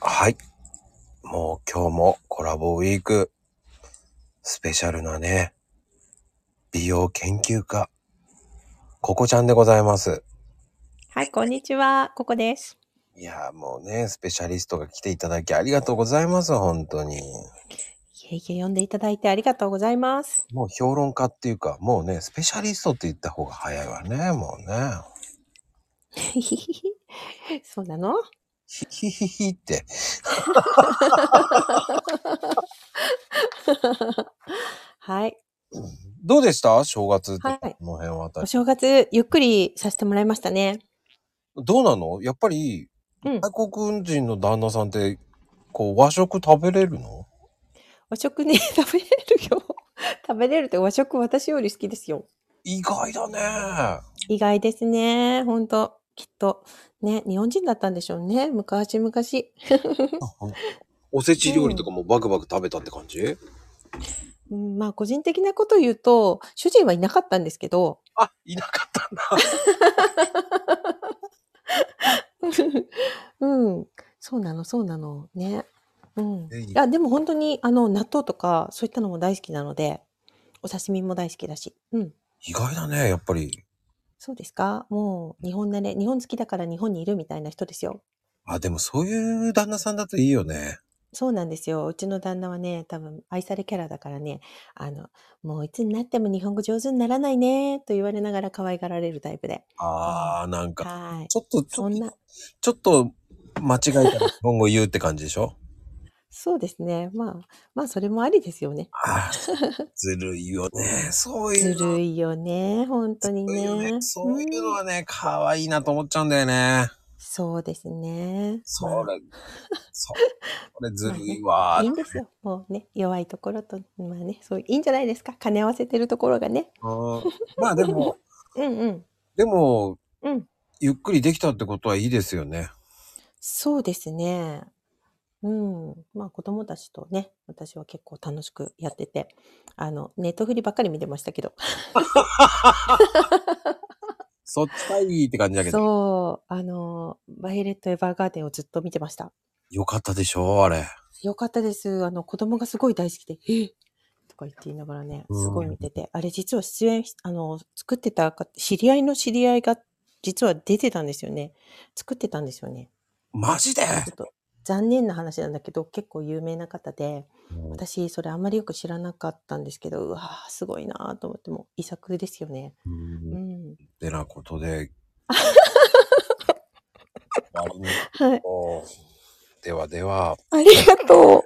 はい。もう今日もコラボウィーク、スペシャルなね、美容研究家、ココちゃんでございます。はい、こんにちは。ここです。いやーもうね、スペシャリストが来ていただきありがとうございます、本当に。いえいえ、読んでいただいてありがとうございます。もう評論家っていうか、もうね、スペシャリストって言った方が早いわね、もうね。 そうなのヒヒヒヒって。はい。どうでした正月とかはいこの辺はお私。正月、ゆっくりさせてもらいましたね。どうなのやっぱり、うん。外国人の旦那さんって、こう、和食食べれるの和食ね、 食べれるよ。食べれるって和食私より好きですよ。意外だね。意外ですね。ほんと。きっと。ね、日本人だったんでしょうね。昔々。 おせち料理とかもバクバク食べたって感じ、うん、まあ、個人的なこと言うと、主人はいなかったんですけど、あ、いなかったんだ。 うん、そうなの、そうなの、ね。うん。ねいや、でも本当に、あの、納豆とか、そういったのも大好きなので、お刺身も大好きだし。うん。意外だね、やっぱり。そうですかもう、日本慣れ、日本好きだから日本にいるみたいな人ですよ。あ、でもそういう旦那さんだといいよね。そうなんですよ。うちの旦那はね、多分、愛されキャラだからね、あの、もういつになっても日本語上手にならないね、と言われながら可愛がられるタイプで。あー、なんか、はい。ちょっと、ちそょんな、ちょっと、間違えたら日本語言うって感じでしょそうですね。まあ、まあ、それもありですよね。あーずるいよね。そういずうの。るいよね、本当にずるいよねね。そういうのんはね、可愛いなと思っちゃうんだよね。そうですね。そまれ、そそれずるいわあ、いいんですよ。もうね、弱いところと、まあね、そういいんじゃないですか。兼ね合わせてるところがね。うんまあでも、うんうん。でも、うん。ゆっくりできたってことはいいですよね。そうですね。うん。まあ子供たちとね、私は結構楽しくやってて、あの、ネットフリばっかり見てましたけど。そっちがいいって感じだけど。そう、あの、バイオレット・エヴァーガーデンをずっと見てました。よかったでしょあれ。よかったです。あの、子供がすごい大好きで、えっとか言って言いながらね、うんすごい見てて、あれ実は出演し、あの、作ってたか、知り合いの知り合いが、実は出てたんですよね。作ってたんですよね。マジでちょっと残念な話なんだけど、結構有名な方で、私、それあんまりよく知らなかったんですけど、うわぁ、すごいなぁと思って、もう遺作ですよね。うんうっん。てなこと で。割にはい。こうではでは、ありがとう。